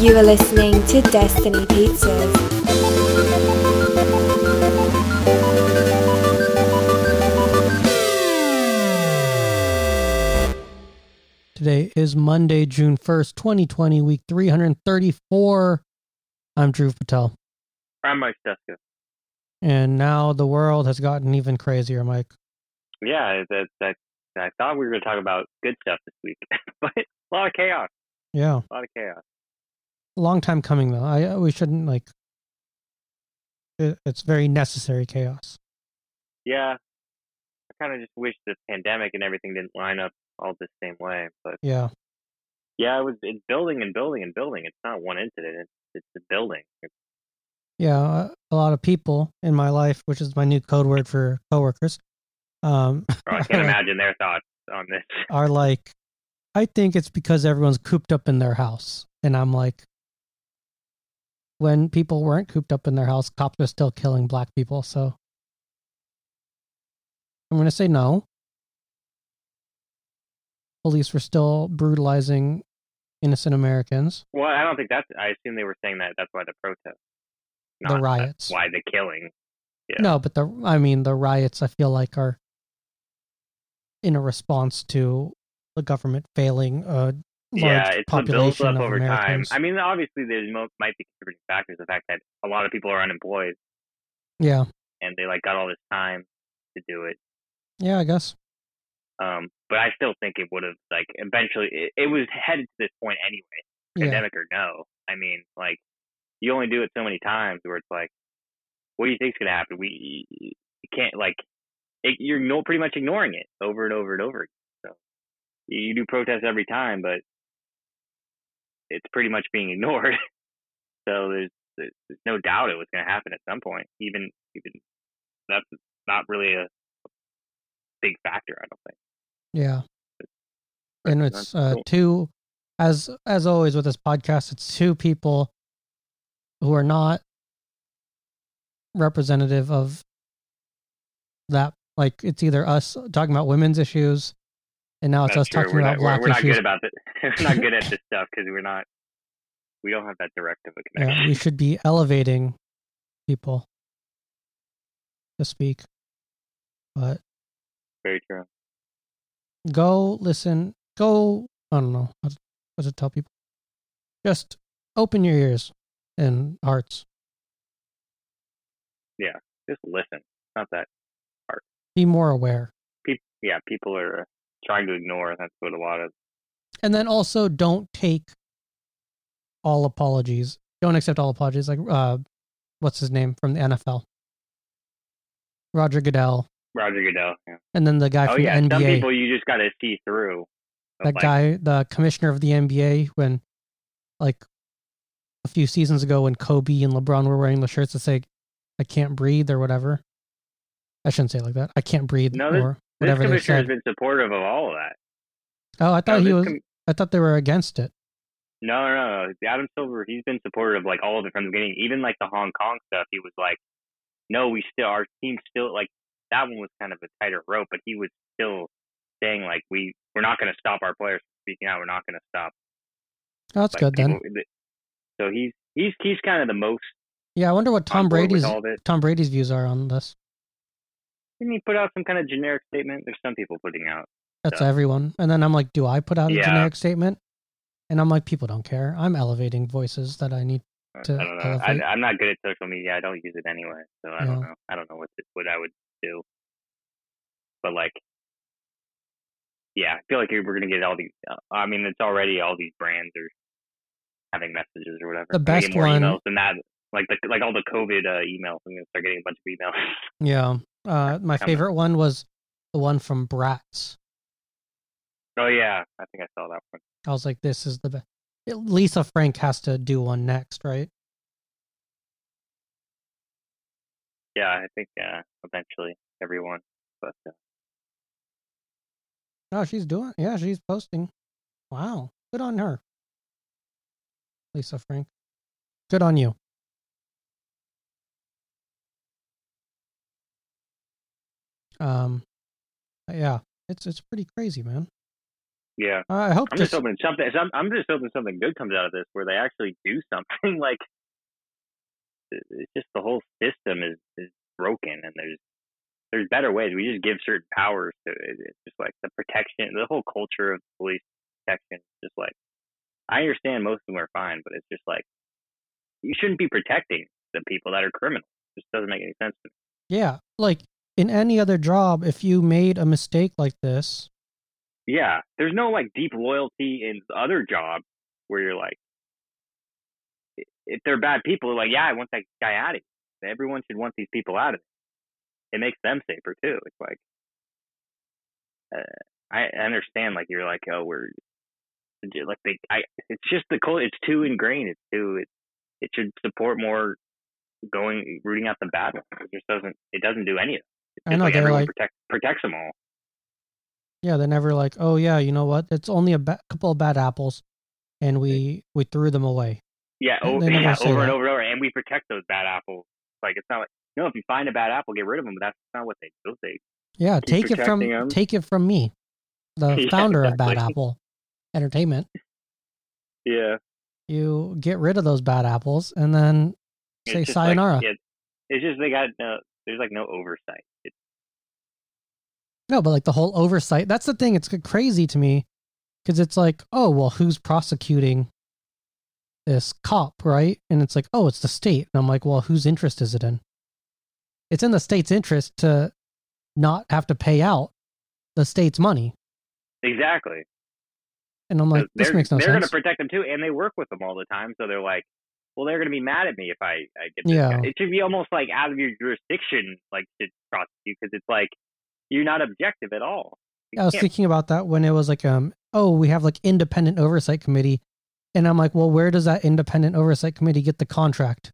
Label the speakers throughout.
Speaker 1: You are listening to Destiny Pizzas.
Speaker 2: Today is Monday, June 1st, 2020, week 334. I'm Drew Patel.
Speaker 3: I'm Mike Seska.
Speaker 2: And now the world has gotten even crazier, Mike.
Speaker 3: Yeah, that, that, I thought we were going to talk about good stuff this week, but a lot of chaos.
Speaker 2: Yeah.
Speaker 3: A lot of chaos.
Speaker 2: Long time coming, though. I We shouldn't, like, it, it's very necessary chaos.
Speaker 3: Yeah. I kind of just wish the pandemic and everything didn't line up all the same way. But
Speaker 2: Yeah.
Speaker 3: yeah, it was it's building and building and building. It's not one incident, it's, it's a building. It's,
Speaker 2: Yeah. a- A lot of people in my life, which is my new code word for coworkers, um,
Speaker 3: oh, I can't imagine their thoughts on this.
Speaker 2: are like, I think it's because everyone's cooped up in their house. And I'm like, when people weren't cooped up in their house, cops are still killing black people. So I'm going to say no. Police were still brutalizing innocent Americans.
Speaker 3: Well, I don't think that's, I assume they were saying that that's why the protest.
Speaker 2: The
Speaker 3: Not that's
Speaker 2: riots.
Speaker 3: Why the killing. Yeah.
Speaker 2: No, but the, I mean, the riots, I feel like, are in a response to the government failing a large
Speaker 3: yeah, it's the build
Speaker 2: population
Speaker 3: up
Speaker 2: of
Speaker 3: over
Speaker 2: Americans.
Speaker 3: time. I mean, obviously, there mo- might be contributing factors. The fact that a lot of people are unemployed
Speaker 2: yeah.
Speaker 3: and they like got all this time to do it.
Speaker 2: Yeah, I guess.
Speaker 3: Um, but I still think it would have like eventually. It, it was headed to this point anyway,
Speaker 2: Yeah.
Speaker 3: pandemic or no. I mean, like you only do it so many times where it's like, what do you think's gonna happen? We you can't like it, you're no, pretty much ignoring it over and over and over. again. So you, you do protests every time, but it's pretty much being ignored. so there's, there's there's no doubt it was gonna happen at some point. Even even that's not really a big factor, I don't think.
Speaker 2: Yeah. And
Speaker 3: Right,
Speaker 2: it's
Speaker 3: that's
Speaker 2: uh,
Speaker 3: cool.
Speaker 2: two, as as always with this podcast, it's two people who are not representative of that. Like it's either us talking about women's issues, and now it's
Speaker 3: That's
Speaker 2: us
Speaker 3: true.
Speaker 2: talking
Speaker 3: we're
Speaker 2: about
Speaker 3: not, we're,
Speaker 2: black
Speaker 3: we're not
Speaker 2: issues.
Speaker 3: good about this. we're not good at this stuff because we're not. We don't have that direct of a
Speaker 2: yeah,
Speaker 3: connection.
Speaker 2: we should be elevating people to speak, but
Speaker 3: Very true.
Speaker 2: go listen go i don't know what what to tell people just open your ears and hearts
Speaker 3: Just listen. It's Not that.
Speaker 2: be more aware
Speaker 3: People. Yeah, people are uh, trying to ignore. That's what a lot of.
Speaker 2: and then also don't take all apologies don't accept all apologies like uh what's his name from the nfl roger goodell
Speaker 3: Roger Goodell. Yeah.
Speaker 2: and then the guy
Speaker 3: Oh
Speaker 2: from
Speaker 3: yeah,
Speaker 2: the
Speaker 3: some
Speaker 2: nba
Speaker 3: people you just got to see through. of,
Speaker 2: that
Speaker 3: like,
Speaker 2: guy, the commissioner of the NBA, when like a few seasons ago when Kobe and LeBron were wearing the shirts that say "I can't breathe" or whatever. I shouldn't say it like that. I can't breathe
Speaker 3: No,
Speaker 2: or
Speaker 3: This
Speaker 2: whatever they
Speaker 3: commissioner has
Speaker 2: said.
Speaker 3: been supportive of all of that.
Speaker 2: Oh, I
Speaker 3: No,
Speaker 2: thought he
Speaker 3: this
Speaker 2: was.
Speaker 3: com-
Speaker 2: I thought they were against it.
Speaker 3: no, no, no. Adam Silver, he's been supportive of like all of it from the beginning. Even like the Hong Kong stuff, he was like, "No, we still our team still like that one was kind of a tighter rope, but he was still saying like we we're not going to stop our players from speaking out. We're not going to stop."
Speaker 2: Oh, that's
Speaker 3: like,
Speaker 2: good then.
Speaker 3: people- th- So he's he's he's kind of the most
Speaker 2: Yeah, I wonder what Tom
Speaker 3: on board with
Speaker 2: Brady's
Speaker 3: all of it.
Speaker 2: Tom Brady's views are on this.
Speaker 3: Didn't he put out some kind of generic statement? There's some people putting out.
Speaker 2: That's
Speaker 3: Yeah.
Speaker 2: everyone. And then I'm like, do I put out a
Speaker 3: Yeah.
Speaker 2: generic statement? And I'm like, people don't care. I'm elevating voices that I need.
Speaker 3: Uh, I
Speaker 2: To
Speaker 3: don't know.
Speaker 2: elevate.
Speaker 3: I, I'm not good at social media. I don't use it anyway, so I don't
Speaker 2: Yeah.
Speaker 3: know. I don't know what to, what I would do. But like, yeah, I feel like we're gonna get all these. I mean, it's already all these brands are having messages or whatever.
Speaker 2: The
Speaker 3: I'm gonna get
Speaker 2: best
Speaker 3: more
Speaker 2: one-
Speaker 3: emails than that. Like the like all the COVID uh, emails. I'm gonna start getting a bunch of emails.
Speaker 2: Yeah. Uh, my
Speaker 3: Comment.
Speaker 2: favorite one was the one from Bratz.
Speaker 3: oh yeah, I think I saw that one.
Speaker 2: I was like, this is the best. Lisa Frank has to do one next, right?
Speaker 3: Yeah, I think uh, eventually everyone. But uh,
Speaker 2: Oh, she's doing. Yeah, she's posting. Wow, good on her, Lisa Frank. Good on you. Um, yeah, it's it's pretty crazy, man.
Speaker 3: Yeah.
Speaker 2: I hope
Speaker 3: I'm
Speaker 2: this,
Speaker 3: just hoping something. some- I'm just hoping something good comes out of this, where they actually do something. Like, it- it's just the whole system is is broken, and there's there's better ways. We just give certain powers to it. It's just like the protection, the whole culture of police protection. is Just like, I understand most of them are fine, but it's just like you shouldn't be protecting the people that are criminals. It just doesn't make any sense to me.
Speaker 2: yeah, like in any other job, if you made a mistake like this,
Speaker 3: Yeah, there's no like deep loyalty in the other job where you're like, i- if they're bad people, like yeah, I want that guy out of here. Everyone should want these people out of it. It makes them safer too. It's like, uh, I I understand like you're like oh we're like they I it's just the cult. It's too ingrained. It's too it it should support more going rooting out the bad ones. It just doesn't it doesn't do any of it. It's
Speaker 2: I
Speaker 3: just
Speaker 2: know,
Speaker 3: like
Speaker 2: they're
Speaker 3: everyone
Speaker 2: like-
Speaker 3: protects protects them all.
Speaker 2: yeah, they're never like, oh yeah, you know what? It's only a ba- couple of bad apples, and we we threw them away.
Speaker 3: Yeah,
Speaker 2: And
Speaker 3: o-
Speaker 2: they never
Speaker 3: yeah
Speaker 2: say
Speaker 3: over and
Speaker 2: that.
Speaker 3: over and over. And we protect those bad apples. Like, it's not like, no, if you find a bad apple, get rid of them. But that's not what they do. They,
Speaker 2: Yeah,
Speaker 3: Keep
Speaker 2: take it from
Speaker 3: protecting 'em.
Speaker 2: take it from me, the
Speaker 3: Yeah,
Speaker 2: founder of Bad
Speaker 3: exactly.
Speaker 2: Apple Entertainment.
Speaker 3: yeah.
Speaker 2: You get rid of those bad apples, and then Say
Speaker 3: just
Speaker 2: sayonara.
Speaker 3: Like, it's, it's just they got no, there's like no oversight. It's,
Speaker 2: No, but like the whole oversight. That's the thing. It's crazy to me because it's like, oh, well, who's prosecuting this cop, right? And it's like, oh, it's the state. And I'm like, well, whose interest is it in? It's in the state's interest to not have to pay out the state's money.
Speaker 3: exactly.
Speaker 2: And I'm like,
Speaker 3: So
Speaker 2: this
Speaker 3: they're-
Speaker 2: makes no
Speaker 3: They're
Speaker 2: sense.
Speaker 3: to protect them too. And they work with them all the time. So they're like, well, they're going to be mad at me if I, I get this
Speaker 2: Yeah.
Speaker 3: guy. It should be almost like out of your jurisdiction, like to prosecute, because it's like, you're not objective at all. You
Speaker 2: I was
Speaker 3: can't-
Speaker 2: thinking about that when it was like, um, oh, we have like independent oversight committee, and I'm like, well, where does that independent oversight committee get the contract?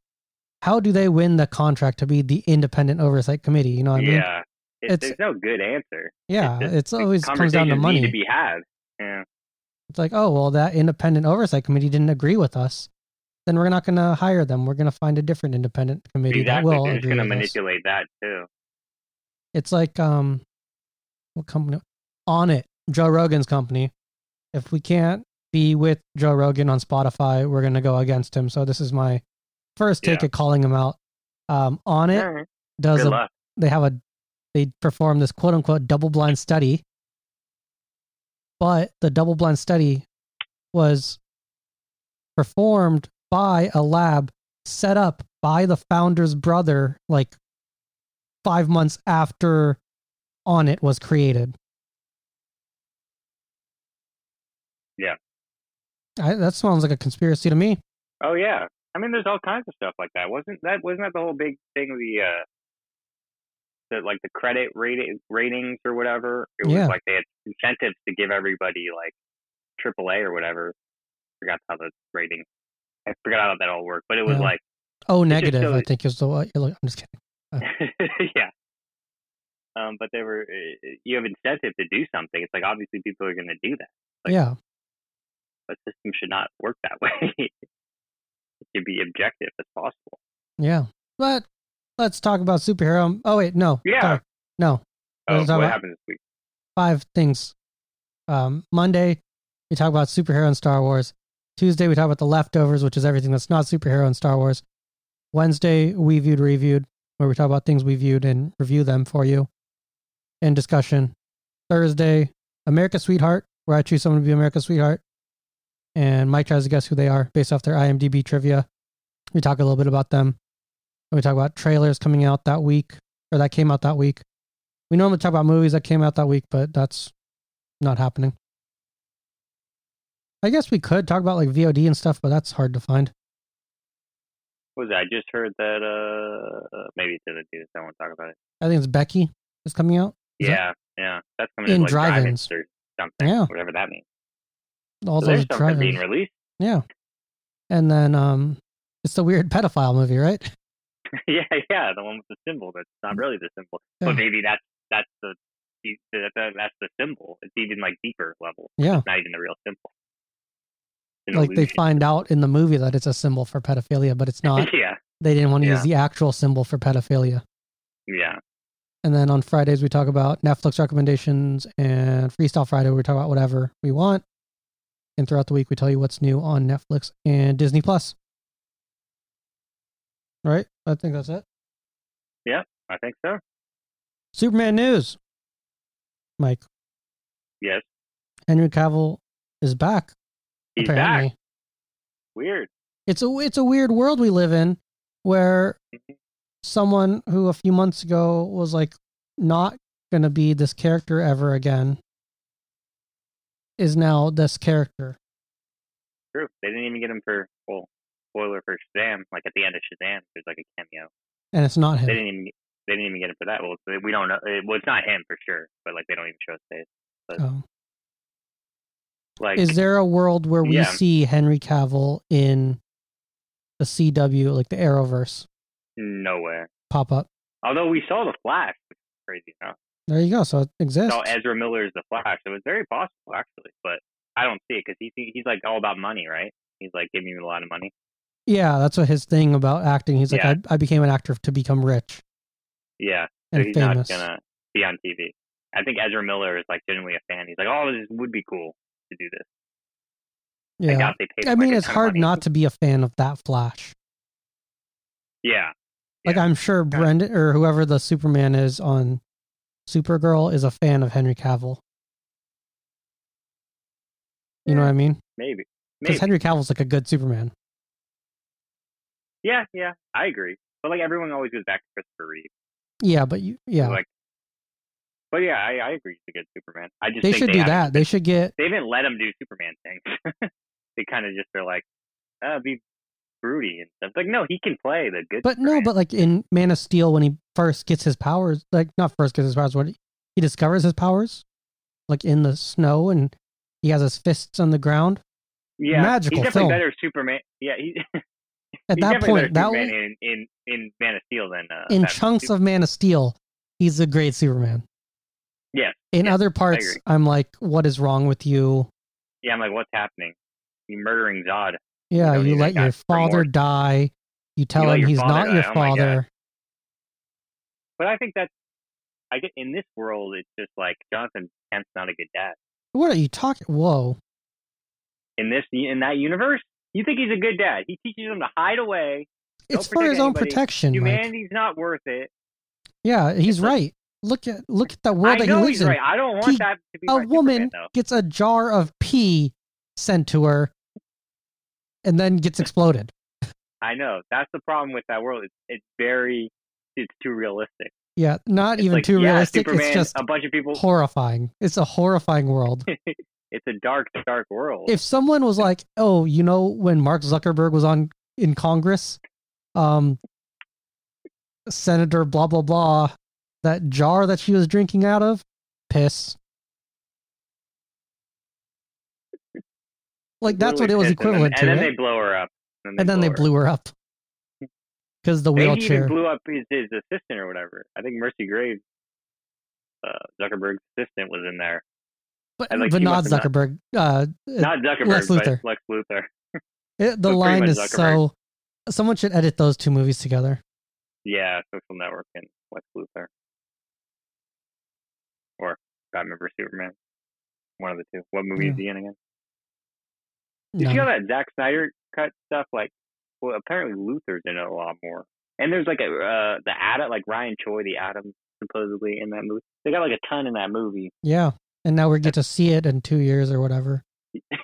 Speaker 2: How do they win the contract to be the independent oversight committee? You know what I mean?
Speaker 3: yeah. It,
Speaker 2: It's-
Speaker 3: there's no good answer.
Speaker 2: Yeah,
Speaker 3: It's
Speaker 2: it's,
Speaker 3: just
Speaker 2: always comes down to
Speaker 3: Conversations
Speaker 2: money.
Speaker 3: Need to be had. Yeah.
Speaker 2: it's like, oh well, that independent oversight committee didn't agree with us, then we're not going to hire them. We're going to find a different independent committee that
Speaker 3: exactly.
Speaker 2: will
Speaker 3: They're just
Speaker 2: agree with
Speaker 3: going to
Speaker 2: us.
Speaker 3: manipulate that too.
Speaker 2: It's like um, what company? On it, Joe Rogan's company. If we can't be with Joe Rogan on Spotify, we're going to go against him. So this is my first take
Speaker 3: Yeah.
Speaker 2: at calling him out. Um, on it
Speaker 3: All right.
Speaker 2: does
Speaker 3: Good
Speaker 2: a
Speaker 3: luck.
Speaker 2: they have a they perform this quote unquote double blind study but the double blind study was performed by a lab set up by the founder's brother like 5 months after on it was created
Speaker 3: Yeah.
Speaker 2: I, that sounds like a conspiracy to me
Speaker 3: Oh yeah. I mean, there's all kinds of stuff like that. Wasn't that wasn't that the whole big thing? The uh, the like the credit rating ratings or whatever. It was
Speaker 2: Yeah.
Speaker 3: like they had incentives to give everybody like AAA or whatever. Forgot how the rating. I forgot how that all worked, but it was
Speaker 2: Yeah.
Speaker 3: like
Speaker 2: oh
Speaker 3: just
Speaker 2: negative
Speaker 3: shows-
Speaker 2: i think is the what you're like i'm just kidding
Speaker 3: yeah. Um, but they were uh, you have incentive to do something. It's like obviously people are going to do that. Like-
Speaker 2: yeah
Speaker 3: The system should not work that way. it should be objective as possible.
Speaker 2: yeah but let's talk about superhero oh wait no
Speaker 3: Yeah.
Speaker 2: sorry. no What
Speaker 3: Oh,
Speaker 2: is that
Speaker 3: what
Speaker 2: about?
Speaker 3: happened this week?
Speaker 2: five things. Um, Monday, we talk about superhero and Star Wars. Tuesday, we talk about the leftovers, which is everything that's not superhero and Star Wars. Wednesday, we viewed reviewed, where we talk about things we viewed and review them for you in discussion. Thursday, America's Sweetheart, where I choose someone to be America's Sweetheart. And Mike tries to guess who they are based off their IMDb trivia. We talk a little bit about them. And we talk about trailers coming out that week, or that came out that week. We normally talk about movies that came out that week, but that's not happening. I guess we could talk about like VOD and stuff, but that's hard to find.
Speaker 3: What was that? I just heard that uh uh, maybe it's in the news. I won't talk about it.
Speaker 2: I think it's Becky is coming out. Is that-
Speaker 3: Yeah, yeah. That's coming
Speaker 2: In
Speaker 3: like
Speaker 2: drive-ins.
Speaker 3: or something.
Speaker 2: Yeah.
Speaker 3: Whatever that means.
Speaker 2: All
Speaker 3: So
Speaker 2: those
Speaker 3: there's
Speaker 2: drive
Speaker 3: something being released.
Speaker 2: Yeah. And then um it's the weird pedophile movie, right?
Speaker 3: yeah, yeah. The one with the symbol. That's not really the symbol,
Speaker 2: Mm. Yeah.
Speaker 3: but maybe that's that's the that- that- that's the symbol. It's even like deeper level.
Speaker 2: Yeah.
Speaker 3: It's not even the real symbol. It's an
Speaker 2: Like they
Speaker 3: illusion.
Speaker 2: find out in the movie that it's a symbol for pedophilia, but it's not.
Speaker 3: yeah,
Speaker 2: They didn't want to
Speaker 3: Yeah.
Speaker 2: use the actual symbol for pedophilia.
Speaker 3: yeah.
Speaker 2: And then on Fridays, we talk about Netflix recommendations and Freestyle Friday, we talk about whatever we want. And throughout the week, we tell you what's new on Netflix and Disney Plus. Right? I think that's it.
Speaker 3: I think so.
Speaker 2: Superman news. Mike,
Speaker 3: Yes,
Speaker 2: Henry Cavill is back.
Speaker 3: he's
Speaker 2: apparently.
Speaker 3: back. Weird.
Speaker 2: It's a it's a weird world we live in where
Speaker 3: Mhm.
Speaker 2: someone who a few months ago was like not going to be this character ever again is now this character.
Speaker 3: True. They didn't even get him for well, spoiler for Shazam. Like at the end of Shazam, there's like a cameo.
Speaker 2: And it's not
Speaker 3: They
Speaker 2: him.
Speaker 3: didn't even get- they didn't even get him for that. Well, it's- we don't know. it- Well, it's not him for sure, but like they don't even show his face.
Speaker 2: Oh.
Speaker 3: Like
Speaker 2: Is there a world where we
Speaker 3: Yeah.
Speaker 2: see Henry Cavill in the CW like the Arrowverse
Speaker 3: nowhere.
Speaker 2: pop up?
Speaker 3: Although we saw the Flash, which is crazy enough.
Speaker 2: There you go. So it exists.
Speaker 3: saw Ezra Miller's The Flash. So it's very possible, actually. But I don't see it because he's he's like all about money, right? He's like giving you a lot of money.
Speaker 2: yeah, that's what his thing about acting. He's like
Speaker 3: Yeah.
Speaker 2: I, I became an actor to become rich
Speaker 3: Yeah, so
Speaker 2: and
Speaker 3: he's
Speaker 2: famous.
Speaker 3: not gonna be on TV. I think Ezra Miller is like genuinely a fan. He's like, oh, this would be cool to do this.
Speaker 2: yeah.
Speaker 3: I doubt they paid.
Speaker 2: I
Speaker 3: him, like,
Speaker 2: mean,
Speaker 3: a
Speaker 2: it's
Speaker 3: ton of
Speaker 2: hard
Speaker 3: money.
Speaker 2: not to be a fan of that Flash.
Speaker 3: Yeah,
Speaker 2: Like,
Speaker 3: Yeah.
Speaker 2: I'm sure
Speaker 3: Yeah.
Speaker 2: Brendan or whoever the Superman is on Supergirl is a fan of Henry Cavill. You know what I mean?
Speaker 3: maybe. Maybe.
Speaker 2: Because Henry Cavill's like a good Superman.
Speaker 3: yeah, yeah, I agree. But like everyone always goes back to Christopher Reeve.
Speaker 2: Yeah, but you, yeah,
Speaker 3: Like, but yeah, I, I agree. He's a good Superman. I just
Speaker 2: they
Speaker 3: think
Speaker 2: should
Speaker 3: they
Speaker 2: do
Speaker 3: haven't-
Speaker 2: that. They should get
Speaker 3: They haven't let him do Superman things. they kind of just are like, uh, be broody and stuff. Like, no, he can play the good.
Speaker 2: But no,
Speaker 3: Superman.
Speaker 2: but like in Man of Steel, when he first gets his powers, like not first gets his powers, when he discovers his powers, like in the snow, and he has his fists on the ground.
Speaker 3: yeah,
Speaker 2: magical
Speaker 3: He's definitely
Speaker 2: film.
Speaker 3: better Superman. Yeah, he,
Speaker 2: At
Speaker 3: he's
Speaker 2: that
Speaker 3: definitely
Speaker 2: point, that
Speaker 3: better
Speaker 2: was,
Speaker 3: Superman in, in in Man of Steel than uh,
Speaker 2: in
Speaker 3: Batman.
Speaker 2: chunks of Man of Steel, he's a great Superman.
Speaker 3: Yeah,
Speaker 2: In
Speaker 3: yeah,
Speaker 2: other parts,
Speaker 3: agree.
Speaker 2: I'm like, what is wrong with you?
Speaker 3: Yeah, I'm like, what's happening? You murdering Zod?
Speaker 2: Yeah,
Speaker 3: don't
Speaker 2: you,
Speaker 3: even
Speaker 2: let
Speaker 3: got
Speaker 2: your father
Speaker 3: remorse.
Speaker 2: die. You tell
Speaker 3: let
Speaker 2: him
Speaker 3: your
Speaker 2: he's
Speaker 3: father
Speaker 2: not your
Speaker 3: die. Oh my God.
Speaker 2: father.
Speaker 3: But I think that's I get in this world. It's just like Jonathan Kent's not a good dad.
Speaker 2: what are you talking? Whoa.
Speaker 3: In this in that universe, you think he's a good dad? He teaches him to hide away.
Speaker 2: It's for his
Speaker 3: protect
Speaker 2: own
Speaker 3: anybody.
Speaker 2: protection. Mike.
Speaker 3: Humanity's not worth it.
Speaker 2: Yeah, he's
Speaker 3: It's like-
Speaker 2: right. Look at look at the world
Speaker 3: I
Speaker 2: that
Speaker 3: know
Speaker 2: he lives
Speaker 3: he's
Speaker 2: in.
Speaker 3: right. I don't want
Speaker 2: He-
Speaker 3: that to be
Speaker 2: a
Speaker 3: my
Speaker 2: woman
Speaker 3: Superman, though.
Speaker 2: gets a jar of pee sent to her and then gets exploded.
Speaker 3: I know that's the problem with that world. It's it's very it's too realistic.
Speaker 2: Yeah, not
Speaker 3: It's
Speaker 2: even
Speaker 3: like,
Speaker 2: too
Speaker 3: yeah,
Speaker 2: realistic.
Speaker 3: Superman,
Speaker 2: it's just
Speaker 3: a bunch of people.
Speaker 2: horrifying. It's a horrifying world.
Speaker 3: It's a dark, dark world.
Speaker 2: if someone was like, "Oh, you know when Mark Zuckerberg was on in Congress, um Senator blah blah blah, that jar that she was drinking out of, piss." Like that's what it
Speaker 3: Literally
Speaker 2: was
Speaker 3: pissed,
Speaker 2: equivalent to.
Speaker 3: and then- And then
Speaker 2: right?
Speaker 3: they blow her up.
Speaker 2: and then they
Speaker 3: blow her up.
Speaker 2: blew her up because the
Speaker 3: They even
Speaker 2: wheelchair.
Speaker 3: blew up his, his assistant or whatever. I think Mercy Graves, uh, Zuckerberg's assistant, was in there.
Speaker 2: but
Speaker 3: I like
Speaker 2: but
Speaker 3: he
Speaker 2: not
Speaker 3: must have
Speaker 2: Zuckerberg. Uh,
Speaker 3: Not Zuckerberg,
Speaker 2: Lex
Speaker 3: but
Speaker 2: Luthor.
Speaker 3: Lex Luthor.
Speaker 2: it, the
Speaker 3: pretty
Speaker 2: line
Speaker 3: much
Speaker 2: is
Speaker 3: Zuckerberg.
Speaker 2: so. Someone should edit those two movies together.
Speaker 3: Yeah, Social Network and Lex Luthor, or Batman vs Superman. One of the two. What movie is he in again? Did you
Speaker 2: No.
Speaker 3: know that Zack Snyder cut stuff? Like, well, apparently Luther's in it a lot more. And there's like a uh, the Adam, like Ryan Choi, the Adam, supposedly in that movie. They got like a ton in that movie.
Speaker 2: Yeah, and now we get to see it in two years or whatever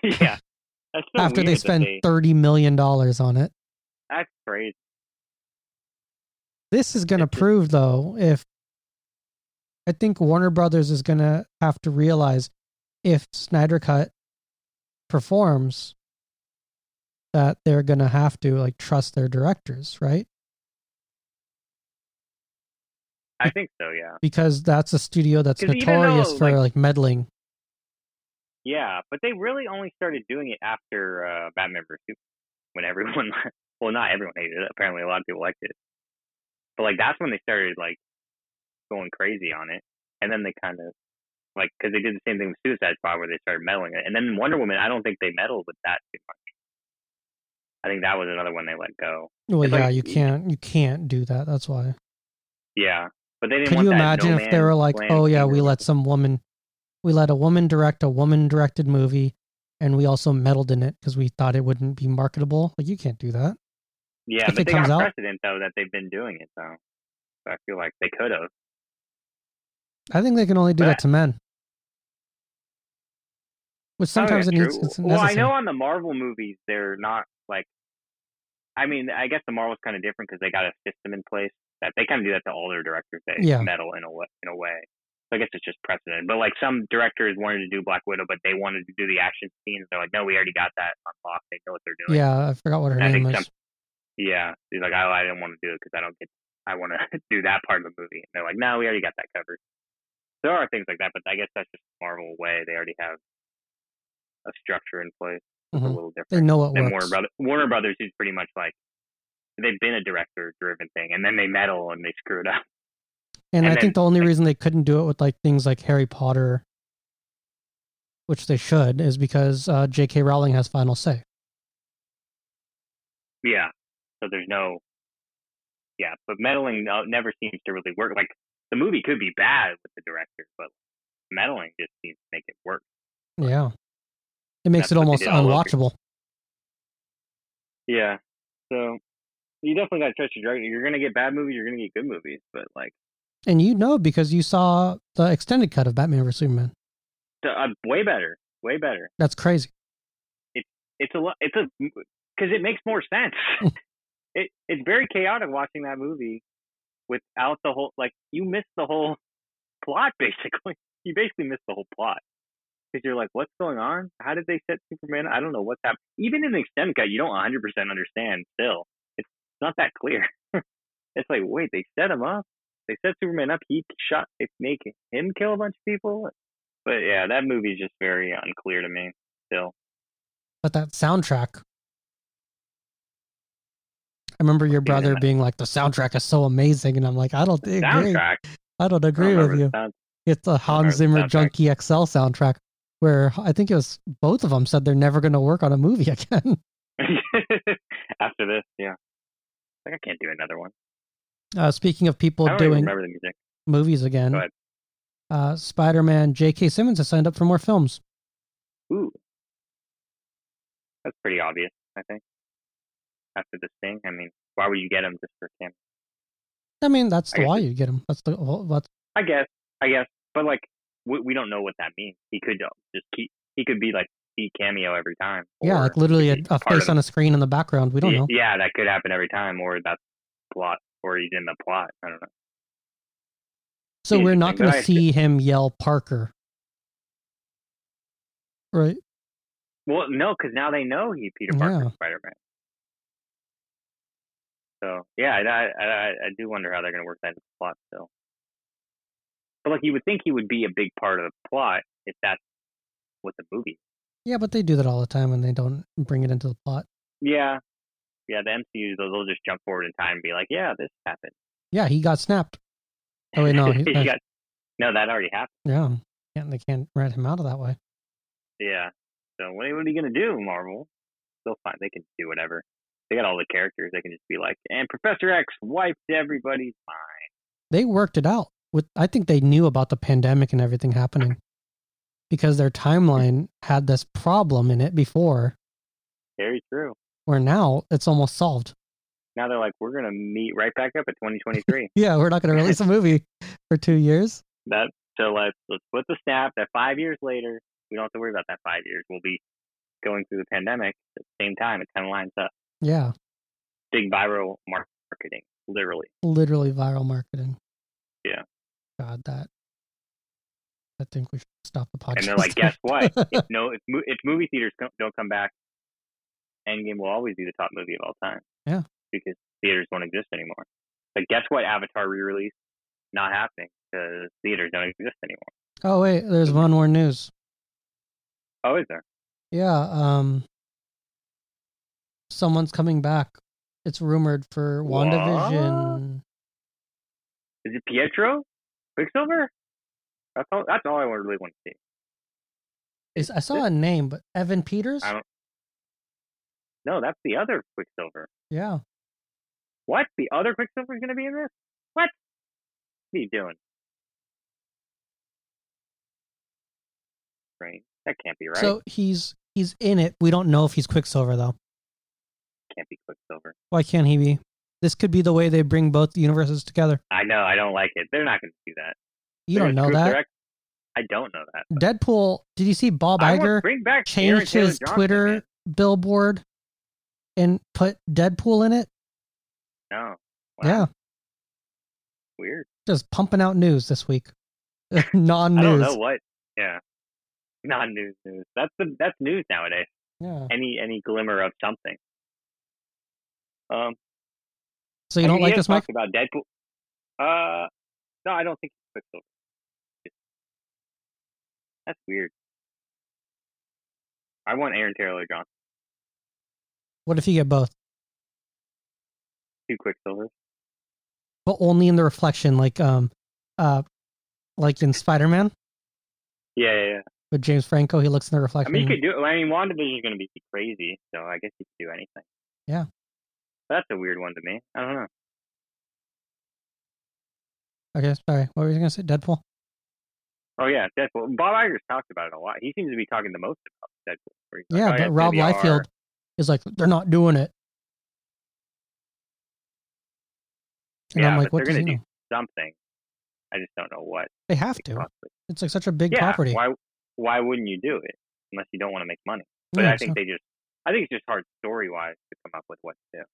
Speaker 3: yeah, that's so
Speaker 2: after
Speaker 3: weird
Speaker 2: they
Speaker 3: that
Speaker 2: spend
Speaker 3: they-
Speaker 2: thirty million dollars on it.
Speaker 3: that's crazy.
Speaker 2: This is going to
Speaker 3: It just-
Speaker 2: prove, though, if I think Warner Brothers is going to have to realize if Snyder Cut performs, that they're going to have to like trust their directors, right?
Speaker 3: I think so. Yeah,
Speaker 2: Because that's a studio that's
Speaker 3: 'Cause even
Speaker 2: notorious
Speaker 3: though,
Speaker 2: for
Speaker 3: like-
Speaker 2: like, meddling.
Speaker 3: yeah. But they really only started doing it after uh, Batman vs Superman, when everyone, well, not everyone hated it. Apparently, a lot of people liked it. But like that's when they started like going crazy on it, and then they kind of like because they did the same thing with Suicide Squad where they started meddling it, and then Wonder Woman. I don't think they meddled with that too much. I think that was another one they let go.
Speaker 2: Well,
Speaker 3: It's
Speaker 2: yeah,
Speaker 3: like-
Speaker 2: you can't you can't do that. That's why.
Speaker 3: Yeah, But they didn't
Speaker 2: Can
Speaker 3: want
Speaker 2: you
Speaker 3: that no
Speaker 2: imagine if they
Speaker 3: man's
Speaker 2: were like,
Speaker 3: land
Speaker 2: oh yeah,
Speaker 3: thing
Speaker 2: we
Speaker 3: or
Speaker 2: let some woman, we let a woman direct a woman directed movie, and we also meddled in it because we thought it wouldn't be marketable. Like you can't do that.
Speaker 3: Yeah,
Speaker 2: If
Speaker 3: but
Speaker 2: it
Speaker 3: they
Speaker 2: comes
Speaker 3: got
Speaker 2: out-
Speaker 3: precedent though that they've been doing it though. So I feel like they could have.
Speaker 2: I think they can only do
Speaker 3: But-
Speaker 2: that to men. Which sometimes it
Speaker 3: that's
Speaker 2: needs
Speaker 3: Oh, true.
Speaker 2: it's
Speaker 3: Well, I
Speaker 2: necessary.
Speaker 3: know on the Marvel movies they're not like. I mean, I guess the Marvel's kind of different because they got a system in place that they kind of do that to all their directors. They
Speaker 2: Yeah.
Speaker 3: meddle in a way. In a way, so I guess it's just precedent. But like some directors wanted to do Black Widow, but they wanted to do the action scenes. They're like, no, we already got that on Fox. They know what they're doing.
Speaker 2: Yeah, I forgot what her
Speaker 3: I
Speaker 2: name
Speaker 3: think
Speaker 2: is.
Speaker 3: some- Yeah. He's like, "Oh, I, I didn't want to do it because I don't get, I want to do that part of the movie. And they're like, no, we already got that covered. There are things like that, but I guess that's just Marvel way. They already have a structure in place. It's
Speaker 2: Mhm.
Speaker 3: a little
Speaker 2: They
Speaker 3: different.
Speaker 2: know what
Speaker 3: than
Speaker 2: works.
Speaker 3: Warner, Brother, Warner Brothers is pretty much like, they've been a director driven thing and then they meddle and they screw it up.
Speaker 2: And,
Speaker 3: And
Speaker 2: I
Speaker 3: then-
Speaker 2: think the only reason they couldn't do it with like things like Harry Potter, which they should, is because uh, J.K. Rowling has final say.
Speaker 3: Yeah. So there's no, yeah, but meddling uh, never seems to really work. Like the movie could be bad with the director, but meddling just seems to make it work.
Speaker 2: Yeah, it makes
Speaker 3: That's
Speaker 2: it
Speaker 3: what they
Speaker 2: almost
Speaker 3: did all over again.
Speaker 2: unwatchable.
Speaker 3: Yeah. So you definitely got to trust your director. You're gonna get bad movies. You're gonna get good movies. But like
Speaker 2: And you know because you saw the extended cut of Batman vs Superman.
Speaker 3: the, uh, way better, way better.
Speaker 2: That's crazy.
Speaker 3: It's a lo- it's a because it makes more sense.
Speaker 2: Hmm.
Speaker 3: it it's very chaotic watching that movie without the whole like you miss the whole plot basically. You basically miss the whole plot. Because you're like, what's going on? How did they set Superman? I don't know what's happening. Even in the extended cut, you don't 100% understand still. It's not that clear. it's like, wait, they set him up. They set Superman up. He shot, they make him kill a bunch of people. But yeah, that movie's just very unclear to me still.
Speaker 2: But that soundtrack. I remember your brother
Speaker 3: that-
Speaker 2: being like, "The soundtrack is so amazing," and I'm like, "I don't agree.
Speaker 3: Soundtrack.
Speaker 2: I don't
Speaker 3: I don't
Speaker 2: agree
Speaker 3: remember
Speaker 2: with
Speaker 3: the
Speaker 2: you."
Speaker 3: sound-
Speaker 2: It's the
Speaker 3: remember
Speaker 2: Hans
Speaker 3: the
Speaker 2: Zimmer
Speaker 3: soundtrack.
Speaker 2: Junkie XL soundtrack, where I think it was both of them said they're never going to work on a movie again.
Speaker 3: After this, yeah. Like, I can't do another one.
Speaker 2: Uh, speaking of people
Speaker 3: I don't even
Speaker 2: doing
Speaker 3: remember the music.
Speaker 2: movies again,
Speaker 3: Go ahead.
Speaker 2: uh, Spider Man J.K. Simmons has signed up for more films.
Speaker 3: Ooh. That's pretty obvious, I think. After this thing, I mean, why would you get him just for him?
Speaker 2: I mean, that's
Speaker 3: I
Speaker 2: the
Speaker 3: guess
Speaker 2: why you get him. That's the well, that's
Speaker 3: I guess, I guess, but like, we, we don't know what that means. He could uh, just keep, he could be like the cameo every time.
Speaker 2: yeah,
Speaker 3: or
Speaker 2: like literally a,
Speaker 3: he could be
Speaker 2: a
Speaker 3: part of
Speaker 2: face on a screen in the background. We don't
Speaker 3: yeah,
Speaker 2: know.
Speaker 3: Yeah, that could happen every time, or that's plot, or he's in the plot. I don't know.
Speaker 2: So we're not
Speaker 3: interesting,
Speaker 2: going
Speaker 3: but
Speaker 2: to
Speaker 3: I-
Speaker 2: see him yell Parker, right?
Speaker 3: Well, no, because now they know he Peter Parker,
Speaker 2: Yeah.
Speaker 3: Spider Man. So yeah, I, I I I do wonder how they're gonna work that into the plot still. But like, you would think he would be a big part of the plot if that's what the movie.
Speaker 2: Yeah, but they do that all the time, and they don't bring it into the plot.
Speaker 3: Yeah, yeah. The MCU they'll, they'll just jump forward in time and be like, yeah, this happened.
Speaker 2: Yeah, he got snapped. Oh wait, no, he-
Speaker 3: You got- no, that already happened.
Speaker 2: Yeah, yeah, they can't rat him out of that way.
Speaker 3: Yeah. So what, what are you gonna do, Marvel? They'll find they can do whatever. They got all the characters. They can just be like, and Professor X wiped everybody's mind.
Speaker 2: they worked it out with i think they knew about the pandemic and everything happening because their timeline had this problem in it before
Speaker 3: Very true.
Speaker 2: where now it's almost solved
Speaker 3: now they're like, we're gonna meet right back up at 2023.
Speaker 2: yeah we're not going to release a movie for two years
Speaker 3: that so let's let's put the snap that five years later we don't have to worry about that five years. We'll be going through the pandemic at the same time. It kind of lines up.
Speaker 2: yeah
Speaker 3: Big viral mar- marketing, literally.
Speaker 2: literally viral marketing
Speaker 3: Yeah.
Speaker 2: god that i think we should stop the podcast
Speaker 3: And they're like, guess what? if no, if, mo- if movie theaters co- don't come back, Endgame will always be the top movie of all time.
Speaker 2: Yeah.
Speaker 3: because theaters don't exist anymore. But guess what? Avatar re-release not happening because theaters don't exist anymore.
Speaker 2: oh wait there's
Speaker 3: Mm-hmm.
Speaker 2: one more news
Speaker 3: Oh, is there?
Speaker 2: yeah um someone's coming back it's rumored for
Speaker 3: What?
Speaker 2: wandavision
Speaker 3: Is it Pietro? Quicksilver? That's all. That's all I want- really want to see.
Speaker 2: Is I saw a name, but Evan Peters.
Speaker 3: I don't- No, that's the other Quicksilver.
Speaker 2: Yeah,
Speaker 3: What? The other Quicksilver is going to be in this? What? What are you doing? Right? That can't be right.
Speaker 2: So he's he's in it. We don't know if he's Quicksilver though.
Speaker 3: can't be Quicksilver.
Speaker 2: Why can't he be? This could be the way they bring both universes together.
Speaker 3: I know. I don't like it. They're not going to do that.
Speaker 2: You
Speaker 3: They're
Speaker 2: don't
Speaker 3: gonna
Speaker 2: know
Speaker 3: screw up
Speaker 2: that.
Speaker 3: their ex- I don't know that.
Speaker 2: Deadpool. Did you see Bob
Speaker 3: I want-
Speaker 2: Iger
Speaker 3: bring back Aaron
Speaker 2: changed his
Speaker 3: Taylor-Johnson,
Speaker 2: Twitter
Speaker 3: man.
Speaker 2: billboard and put Deadpool in it?
Speaker 3: No. Wow.
Speaker 2: Yeah,
Speaker 3: Weird.
Speaker 2: just pumping out news this week. Non
Speaker 3: I don't know
Speaker 2: news.
Speaker 3: what. Yeah. Non news news. That's the that's news nowadays.
Speaker 2: Yeah.
Speaker 3: Any any glimmer of something. Um.
Speaker 2: So you
Speaker 3: I
Speaker 2: don't
Speaker 3: mean,
Speaker 2: like
Speaker 3: he
Speaker 2: this,
Speaker 3: has
Speaker 2: Mike?
Speaker 3: talked About Deadpool. Uh, no, I don't think he's Quicksilver. That's weird. I want Aaron Taylor Johnson,
Speaker 2: What if you get both,
Speaker 3: two Quicksilvers.
Speaker 2: but only in the reflection, like um, uh, like in Spider Man
Speaker 3: Yeah, yeah, yeah.
Speaker 2: with James Franco, he looks in the
Speaker 3: I
Speaker 2: reflection.
Speaker 3: mean, you could do. I mean, WandaVision is going to be crazy, so I guess you could do anything.
Speaker 2: Yeah.
Speaker 3: That's a weird one to me. I don't know.
Speaker 2: okay, sorry. What were you gonna say? Deadpool.
Speaker 3: Oh yeah, Deadpool. Bob Iger's talked about it a lot. He seems to be talking the most about Deadpool. where he's like,
Speaker 2: Yeah,
Speaker 3: "Oh,
Speaker 2: but
Speaker 3: it's
Speaker 2: Rob
Speaker 3: gonna be
Speaker 2: Liefeld
Speaker 3: our-
Speaker 2: is like, they're not doing it. And
Speaker 3: Yeah,
Speaker 2: I'm like,
Speaker 3: but
Speaker 2: what
Speaker 3: they're
Speaker 2: does he
Speaker 3: gonna do
Speaker 2: know?
Speaker 3: something. I just don't know what.
Speaker 2: They have to. It's like such a big
Speaker 3: yeah,
Speaker 2: property.
Speaker 3: Why why wouldn't you do it unless you don't want to make money? But
Speaker 2: Yeah,
Speaker 3: I think
Speaker 2: so
Speaker 3: they just I think it's just hard story wise to come up with what to do.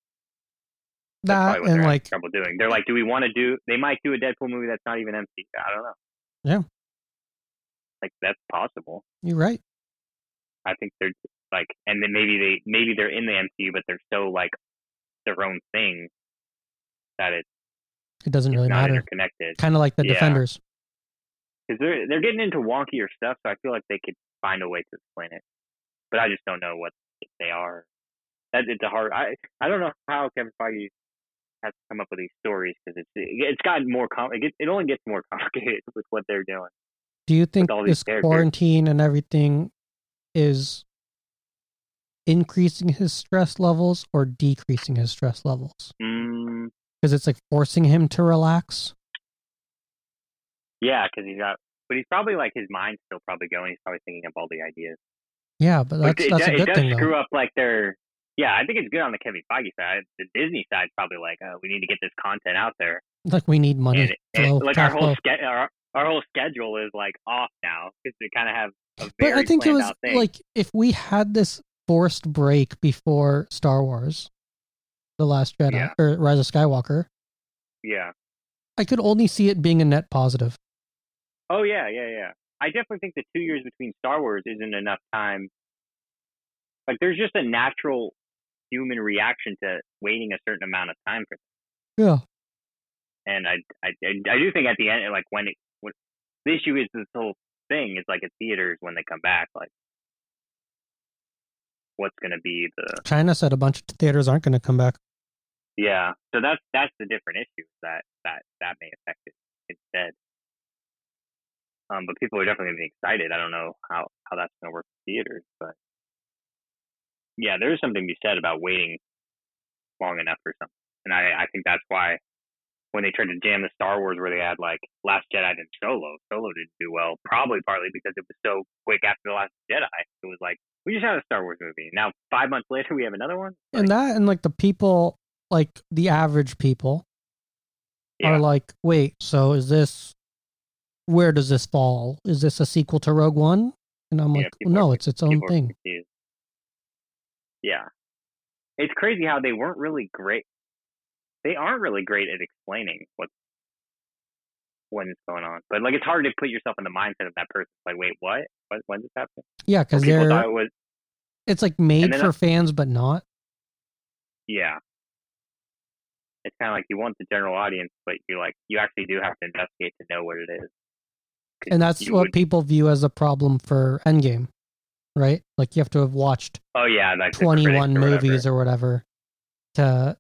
Speaker 3: That's
Speaker 2: that
Speaker 3: probably what
Speaker 2: and
Speaker 3: they're
Speaker 2: like
Speaker 3: having trouble doing. They're like, do we want to do? They might do a Deadpool movie that's not even empty. I don't know.
Speaker 2: Yeah.
Speaker 3: like that's possible.
Speaker 2: you're right.
Speaker 3: I think they're like, and then maybe they maybe they're in the MCU, but they're so like their own thing that it's,
Speaker 2: It doesn't
Speaker 3: it's
Speaker 2: really
Speaker 3: not
Speaker 2: matter.
Speaker 3: interconnected.
Speaker 2: Kind of like the
Speaker 3: Yeah.
Speaker 2: Defenders.
Speaker 3: because they're they're getting into wonkier stuff, so I feel like they could find a way to explain it. But I just don't know what if they are. That it's a hard. I I don't know how Kevin Feige has to come up with these stories because it's it's gotten more com. It, gets, it only gets more complicated with what they're doing.
Speaker 2: Do you think
Speaker 3: all these
Speaker 2: this
Speaker 3: characters.
Speaker 2: quarantine and everything is increasing his stress levels or decreasing his stress levels?
Speaker 3: Mm,
Speaker 2: Because it's like forcing him to relax.
Speaker 3: yeah, because he's got. But he's probably like his mind's still probably going. He's probably thinking up all the ideas.
Speaker 2: Yeah, but
Speaker 3: But
Speaker 2: that's that's a
Speaker 3: it, do- it
Speaker 2: good
Speaker 3: does
Speaker 2: thing though.
Speaker 3: screw up like their. Yeah, I think it's good on the Kevin Feige side. The Disney side's probably like, oh, we need to get this content out there.
Speaker 2: Like we need money.
Speaker 3: and, and,
Speaker 2: flow,
Speaker 3: like our
Speaker 2: cash
Speaker 3: whole
Speaker 2: flow.
Speaker 3: ske- our, our whole schedule is like off now because we kind of have a very
Speaker 2: But I think it
Speaker 3: planned
Speaker 2: was
Speaker 3: out thing.
Speaker 2: like if we had this forced break before Star Wars, The Last Jedi
Speaker 3: Yeah.
Speaker 2: or Rise of Skywalker,
Speaker 3: yeah
Speaker 2: I could only see it being a net positive.
Speaker 3: oh yeah yeah yeah I definitely think the two years between Star Wars isn't enough time like there's just a natural human reaction to waiting a certain amount of time for
Speaker 2: Yeah.
Speaker 3: and I I I I do think at the end like when it when, the issue is this whole thing is like at theaters when they come back like what's gonna be the
Speaker 2: China said a bunch of theaters aren't going to come back.
Speaker 3: Yeah. So that's that's the different issue that that that may affect it instead. Um, but people are definitely gonna be excited. I don't know how how that's gonna work in theaters, but yeah, there is something to be said about waiting long enough for something, and I I think that's why when they tried to jam the Star Wars where they had like Last Jedi and Solo, Solo didn't do well, probably partly because it was so quick after the Last Jedi. It was like we just had a Star Wars movie. Now five months later, we have another one.
Speaker 2: and that and like the people like the average people
Speaker 3: Yeah.
Speaker 2: are like wait so is this where does this fall is this a sequel to rogue one and i'm
Speaker 3: Yeah,
Speaker 2: like
Speaker 3: people
Speaker 2: no
Speaker 3: are-
Speaker 2: it's its own
Speaker 3: people are
Speaker 2: thing
Speaker 3: confused. Yeah. It's crazy how they weren't really great. They aren't really great at explaining what what's going on. But like, it's hard to put yourself in the mindset of that person. Like, wait, what? What? When did this happen?
Speaker 2: yeah
Speaker 3: Or
Speaker 2: because
Speaker 3: People
Speaker 2: they're
Speaker 3: thought it was.
Speaker 2: it's like made
Speaker 3: then
Speaker 2: for
Speaker 3: I-
Speaker 2: fans but not
Speaker 3: Yeah. It's kind of like you want the general audience, but you like you actually do have to investigate to know what it is. 'Cause
Speaker 2: and that's
Speaker 3: you
Speaker 2: what
Speaker 3: would-
Speaker 2: people view as a problem for endgame right like you have to have watched
Speaker 3: oh yeah, like the critics
Speaker 2: 21
Speaker 3: or whatever.
Speaker 2: movies or whatever to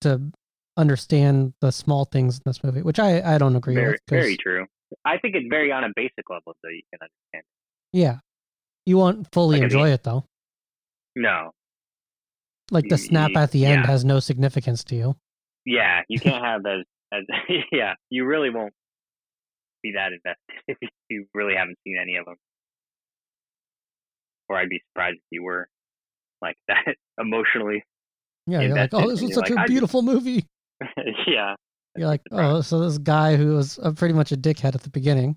Speaker 2: to understand the small things in this movie which i i don't agree
Speaker 3: Very,
Speaker 2: with 'cause-
Speaker 3: very true. I think it's very on a basic level, so you can understand.
Speaker 2: Yeah. You won't fully
Speaker 3: Like, I
Speaker 2: enjoy it though.
Speaker 3: No,
Speaker 2: Like the snap at the end
Speaker 3: Yeah.
Speaker 2: has no significance to you.
Speaker 3: Yeah, you can't have those As, yeah, you really won't be that invested if you really haven't seen any of them. Or I'd be surprised if you were like that emotionally.
Speaker 2: Yeah, you're like,
Speaker 3: Invested,
Speaker 2: oh, this
Speaker 3: and
Speaker 2: is
Speaker 3: you're
Speaker 2: such
Speaker 3: like, I
Speaker 2: a
Speaker 3: just-
Speaker 2: beautiful movie.
Speaker 3: yeah.
Speaker 2: You're like,
Speaker 3: Right.
Speaker 2: oh, so this guy who was uh, pretty much a dickhead at the beginning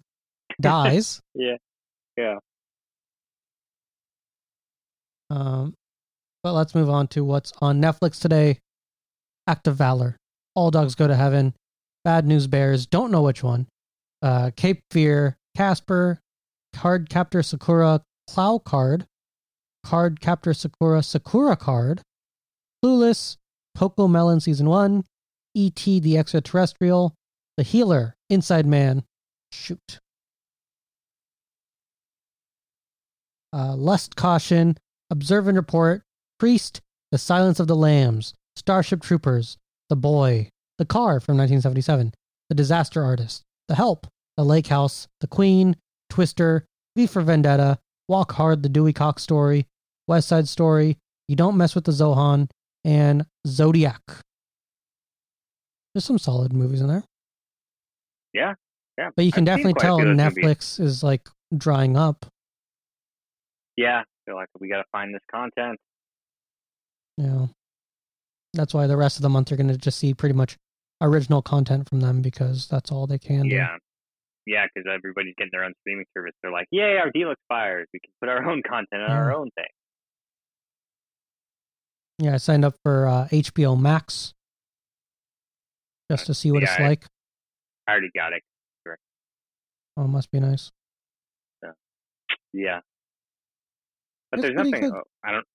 Speaker 2: dies.
Speaker 3: Yeah. Yeah.
Speaker 2: Um, but let's move on to what's on Netflix today. Act of Valor, All Dogs Go to Heaven, Bad News Bears, don't know which one, uh, Cape Fear, Casper, Card Captor Sakura, Plow Card, Card Captor Sakura, Sakura Card, Clueless, Coco Melon Season 1, E.T. E the Extraterrestrial, The Healer, Inside Man, Shoot. Uh, Lust Caution, Observe and Report, Priest, The Silence of the Lambs, Starship Troopers, The Boy, The Car from 1977, The Disaster Artist, The Help, The Lake House, The Queen, Twister, V for Vendetta, Walk Hard, The Dewey Cox Story, West Side Story, You Don't Mess with the Zohan, and Zodiac. There's some solid movies in there.
Speaker 3: Yeah, yeah.
Speaker 2: But you can
Speaker 3: I've
Speaker 2: definitely
Speaker 3: seen quite a
Speaker 2: tell
Speaker 3: few of those movies.
Speaker 2: Netflix is like drying up.
Speaker 3: Yeah. They're like, we got to find this content.
Speaker 2: You know, that's why the rest of the month you're going to just see pretty much original content from them because that's all they can do.
Speaker 3: yeah. Yeah, because everybody's getting their own streaming service. They're like, yay, our deal expires. We can put our own content on our
Speaker 2: Yeah.
Speaker 3: own thing.
Speaker 2: Yeah, I signed up for uh, HBO Max just to see what it's
Speaker 3: Uh, Yeah, I-
Speaker 2: like.
Speaker 3: I already got it.
Speaker 2: Oh, it must be nice.
Speaker 3: Yeah. But
Speaker 2: It's
Speaker 3: there's
Speaker 2: pretty
Speaker 3: nothing.
Speaker 2: good.
Speaker 3: oh, I don't.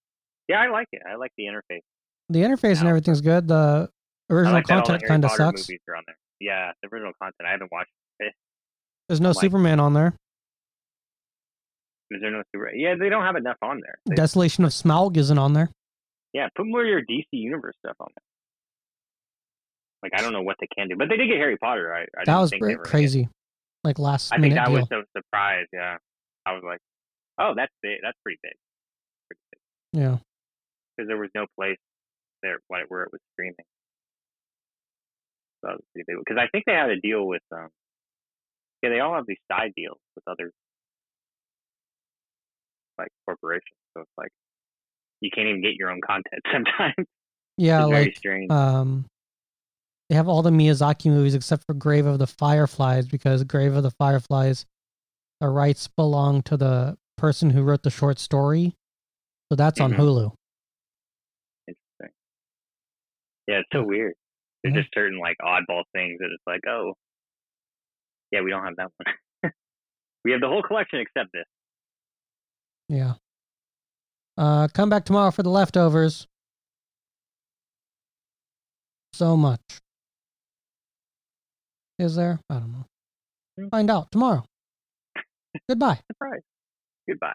Speaker 3: Yeah, I like it. I like the interface.
Speaker 2: The interface and
Speaker 3: Yeah.
Speaker 2: everything's good. The
Speaker 3: I
Speaker 2: original
Speaker 3: like that all the
Speaker 2: content
Speaker 3: Harry
Speaker 2: kind of
Speaker 3: Potter
Speaker 2: sucks.
Speaker 3: Movies are on there. Yeah, the original content. I haven't watched.
Speaker 2: There's no
Speaker 3: like-
Speaker 2: Superman on there.
Speaker 3: Is there no super? Yeah, they don't have enough on there. They-
Speaker 2: Desolation of Smaug isn't on there.
Speaker 3: yeah, put more of your DC universe stuff on there. Like I don't know what they can do, but they did get Harry Potter. I, I
Speaker 2: that
Speaker 3: didn't
Speaker 2: was
Speaker 3: think
Speaker 2: br-
Speaker 3: they were gonna
Speaker 2: crazy. Like last
Speaker 3: get- I think
Speaker 2: minute
Speaker 3: that
Speaker 2: deal.
Speaker 3: was so surprised. Yeah, I was like, oh, that's big. That's pretty big
Speaker 2: yeah.
Speaker 3: because there was no place there wh- where it was streaming. So that was pretty big because I think they had a deal with um. Yeah, they all have these side deals with other like corporations. So it's like you can't even get your own content sometimes.
Speaker 2: Yeah,
Speaker 3: it's very
Speaker 2: like
Speaker 3: strange.
Speaker 2: um they have all the Miyazaki movies except for Grave of the Fireflies because Grave of the Fireflies the rights belong to the person who wrote the short story. So that's on
Speaker 3: Mhm.
Speaker 2: Hulu.
Speaker 3: Interesting. Yeah, it's so weird. There's
Speaker 2: Yeah.
Speaker 3: just certain like oddball things that it's like, oh, yeah, we don't have that one. we have the whole collection except this.
Speaker 2: Yeah. Uh, come back tomorrow for the leftovers. So much. Is there? I don't know.
Speaker 3: Hmm.
Speaker 2: Find out tomorrow. Goodbye.
Speaker 3: Surprise. Goodbye.